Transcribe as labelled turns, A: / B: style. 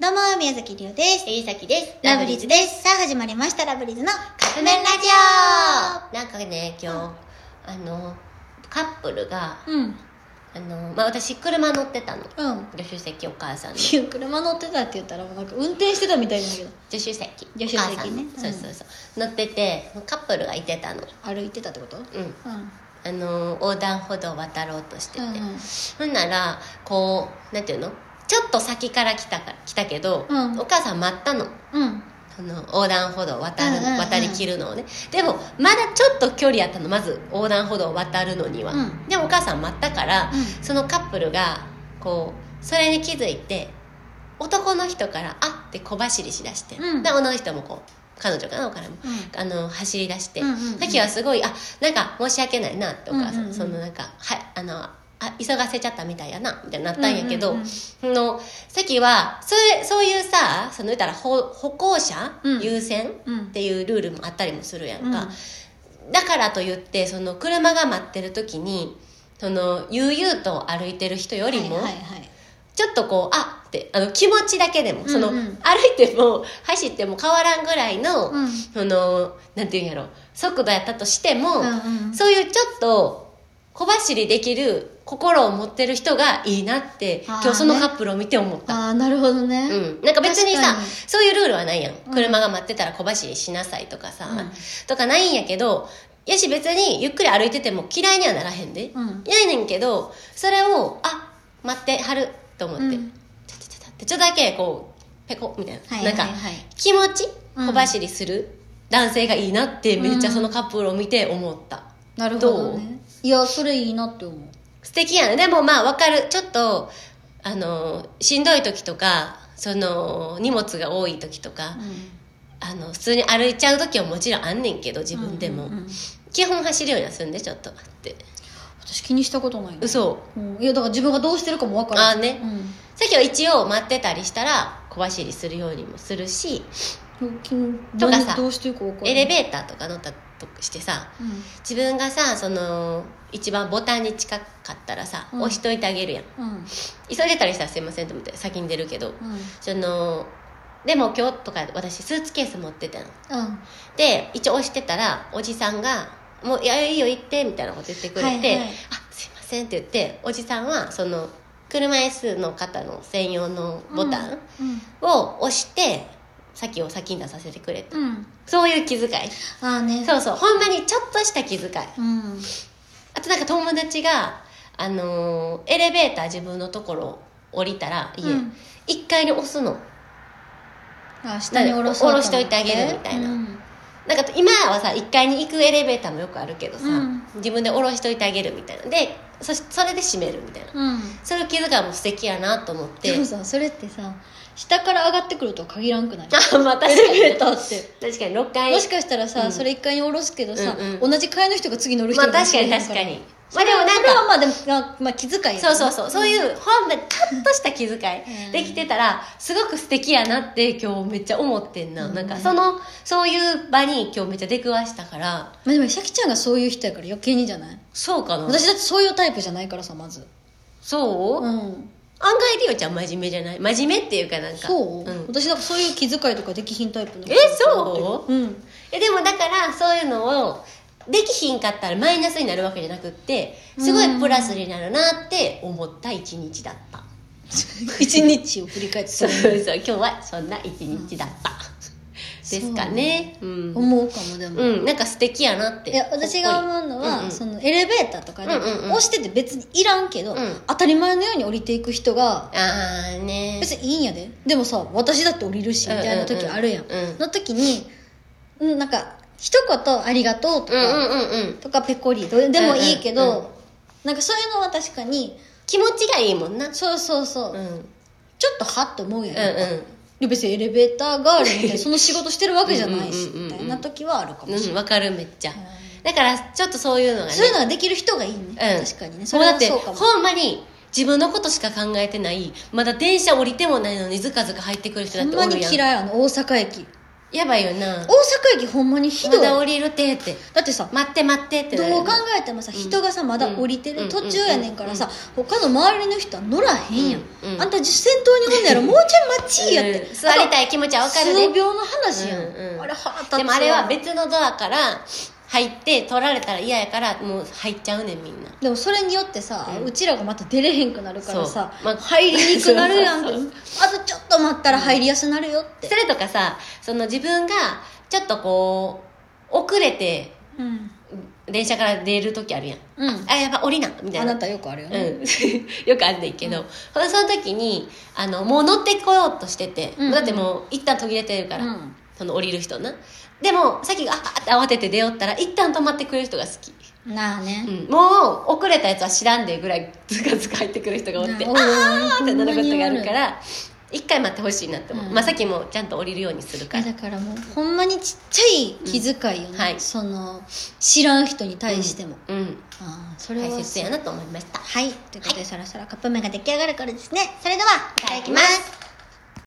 A: どうも、宮崎りおです。
B: えいさきです。
A: ラブリーズです。さあ、始まりました、ラブリーズのカップ麺ラジ
B: なんかね、今日、
A: うん
B: あの、カップルが、
A: オうん。
B: あの、まあ、私、車乗ってたの。
A: うん。
B: 助手席お 母さんの。
A: いや、車乗ってたって言ったら、もうなんか運転してたみたいなんだけど、
B: 助手席。
A: 手席ね
B: お母さんの
A: うん
B: そうそうそう。乗ってて、カップルがいてたの。
A: 歩いてたってことうん。
B: うん。
A: うん。
B: あの、横断歩道を渡ろうとしてて。
A: うん。
B: ほんなら、こう、なんていうのちょっと先から来たか来たけど、
A: うん
B: お母さん待ったの。
A: うん。
B: その横断歩道を渡る、
A: うんうんうん
B: 渡りきるのをねでもまだちょっと距離あったのまず横断歩道を渡るのには、
A: うん
B: でもお母さん待ったから、
A: うん
B: そのカップルがこうそれに気づいて男の人から「あっ!」て小走りしだして、
A: うん
B: で女の人もこう彼女かなからも、
A: う
B: あの走り出して、
A: うんうんうん
B: さっきはすごい「あなんか申し訳ないな」ってお母さ
A: う
B: ん、
A: んうんうん
B: そのなんか「はいあのあ急がせちゃったみたいやな」みたいになったんやけど、
A: うんうんうん
B: そのさっきはそれそういうさその言ったら歩歩行者
A: うん
B: 優先
A: うん
B: っていうルールもあったりもするやんか、
A: う
B: だからといってその車が待ってる時にその悠々と歩いてる人よりも、
A: はいはいはい。
B: ちょっとこうあってあの気持ちだけでもその、
A: うんうん
B: 歩いても走っても変わらんぐらいの、
A: うん
B: そのなんていうんやろ速度やったとしても、
A: うんうん
B: そういうちょっと小走りできる心を持ってる人がいいなって
A: あー
B: 今日その
A: ね
B: カップルを見て思った、
A: ああ、なるほどね。
B: うん、なんか別にさ
A: 確かに
B: そういうルールはないやん
A: うん
B: 車が待ってたら小走りしなさいとかさ、
A: うん
B: とかないんやけどやし別にゆっくり歩いてても嫌いにはならへんで、
A: うん
B: 嫌いねんけどそれをあ待ってはると思って、
A: うん
B: ちょちょちょちょってちょっとだけこうペコみたいな、
A: はい
B: なんか
A: はいはい
B: 気持ち
A: うん
B: 小走りする男性がいいなってめっちゃ
A: うん
B: そのカップルを見て思った、
A: なるほど、
B: どう
A: ね。いや、それいいなって思う。
B: 素敵やねでもまあわかるちょっとあのしんどい時とかその荷物が多い時とか、
A: う
B: あの普通に歩いちゃう時はもちろんあんねんけど自分でも、
A: うんうんうん
B: 基本走るようにはするんでちょっと待って
A: 私気にしたことないな
B: 嘘
A: うんいやだから自分がどうしてるかも分からん
B: あーね
A: う
B: さっきは一応待ってたりしたら小走りするようにもするし
A: ん気に
B: とかさ
A: 何どうしてるか分からん
B: エレベーターとか乗ったとしてさ
A: う
B: 自分がさその一番ボタンに近かったらさ、
A: うん
B: 押しといてあげるやん
A: んうん
B: 急いでたりしたらすいませんと思って先に出るけ
A: う
B: ど、
A: ん
B: そのでも今日とか私スーツケース持ってたの
A: うん
B: で一応押してたらおじさんが「もういやいいよ行って」みたいなこと言ってくれて「
A: はいはい
B: あすいません」って言っておじさんはその車椅子の方の専用のボタン
A: うん
B: を押して、先を先に出させてくれた
A: うん
B: そういう気遣い
A: ああね
B: そうそうほんまにちょっとした気遣い
A: うん
B: あとなんか友達が、あのーエレベーター自分のところ降りたら家、
A: うん
B: 1階に押すの
A: あ下に下ろそう
B: 下ろしといてあげるみたいな
A: うん
B: なんか今はさ1階に行くエレベーターもよくあるけどさ、
A: うん
B: 自分で下ろしといてあげるみたいなでそしそれで閉めるみたいな、
A: うん
B: それを気遣いも素敵やなと思って
A: でもさそれってさ下から上がってくるとは限らんくない
B: あまあ確かに
A: エレベーターって
B: 確かに6階
A: もしかしたら
B: う
A: さ
B: ん
A: それ一回に下ろすけどさ
B: うんうん
A: 同じ階の人が次乗る人
B: まあ
A: いる
B: 確かに
A: もしれ
B: 確か
A: んら
B: に
A: そ
B: まあで
A: れ
B: も
A: は
B: なん
A: それは
B: か
A: まあでもあまあ気遣いやね
B: そうそうそうそういうほんまにちょっとした気遣
A: うん
B: いできてたらすごく素敵やなって今日めっちゃ思ってんな、
A: うん
B: なんかそのそういう場に今日めっちゃ出くわしたから
A: まあでもシャキちゃんがそういう人やから余計にじゃない
B: そうかな
A: 私だってそういうタイプじゃないからさまず
B: そう、
A: う
B: 案
A: ん
B: 外りおちゃん真面目じゃない真面目っていうかなんか
A: そう、
B: ん
A: 私なんかそういう気遣いとかできひんタイプの
B: えそう
A: うん
B: えでもだからそういうのをできひんかったらマイナスになるわけじゃなくってすごいプラスになるなって思った一日だった、
A: 一日を振り返って
B: そ
A: そう
B: うそう今日はそんな一日だった、 ですかねうん
A: 思うかもでも、
B: うん、なんか素敵やなって。
A: いや私が思うのは、
B: うんうん
A: そのエレベーターとかで、
B: うんうんうん
A: 押してて別にいらんけど、
B: うん
A: 当たり前のように降りていく人が
B: ああね。
A: 別にいいんやででもさ私だって降りるしみたいな時あるやん,、
B: うんうんうん
A: の時にうんなんか一言「ありがとう」と
B: うんう
A: か、
B: んうんうん。
A: とかペコリどれでもいいけど、
B: うんうんうん
A: なんかそういうのは確かに
B: 気持ちがいいもんな。
A: そうそうそう、
B: うん。うんうん。
A: ちょっとはっと思うやん、
B: う
A: で別にエレベーター代わりみたい なその仕事してるわけじゃないし
B: うんうんうんうん
A: みたいな時はあるかもしれ
B: ん、わかるめっちゃ
A: ん。
B: だから、ちょっとそういうのがね。
A: ない、そういうのができる人がいいね、
B: うん。
A: 確かにねそ
B: そ
A: れ
B: うだ
A: は
B: って、
A: そうかも
B: ほんまに、自分のことしか考えてない、まだ電車降りてもないのにずかずか入ってくる人だ
A: ほ
B: っ
A: ん
B: てお
A: ま
B: る
A: に
B: やん。
A: 嫌いあの大阪駅
B: やばいよ
A: 大
B: な
A: 阪駅ほんまにひ
B: ま
A: どい
B: だ
A: だ
B: 降りるてって
A: ってさ
B: 待って待ってってなる
A: どう考えてもさ人がさまだ降りて
B: う
A: る
B: ん
A: 途中やねんからさ他の周りの人は乗らへんやん
B: うんうん
A: あんた先頭におんねやろもうちょい待ちやっ
B: う
A: て
B: ん座りたい気持ちはわかる
A: 数
B: ね
A: 秒の話やん
B: うんうん
A: あれ腹立つわ
B: でもあれは別のドアから入って取られたら嫌やからもう入っちゃうねんみんな
A: でもそれによってさ
B: うん
A: うちらがまた出れへんくなるからさ
B: そうまあ
A: 入りにくなるやんけあ
B: そうそう
A: とちょっと待ったら入りやすなるよって
B: それとかさその自分がちょっとこう遅れて
A: うん
B: 電車から出る時あるやん
A: うん
B: あやば降りなみた
A: あ
B: いな
A: なたよくあるよ
B: う
A: ね
B: ん、 よくあんねんけど、ほなその時にあのもう乗ってこようとしてて、
A: うん
B: だってもう一旦途切れてるから、
A: うん
B: その降りる人なでもさっきがああって慌てて出よったら一旦止まってくれる人が好き、
A: なあね
B: うんもう遅れたやつは知らんでぐらいズカズカ入ってくる人がおって
A: なあ
B: あ
A: おる
B: あーってなること
A: ほんま
B: があ
A: におる
B: るから一回待ってほしいなって思う、
A: うん
B: まあ、さっきもちゃんと降りるようにするか
A: い
B: ら
A: やだからもうほんまにちっちゃい気遣いよね、
B: うんはい
A: その知らん人に対しても、
B: うん
A: ああそれは
B: 大切やなと思いました
A: はいということで、そろそろカップ麺が出来上がる頃ですねそれではいただきます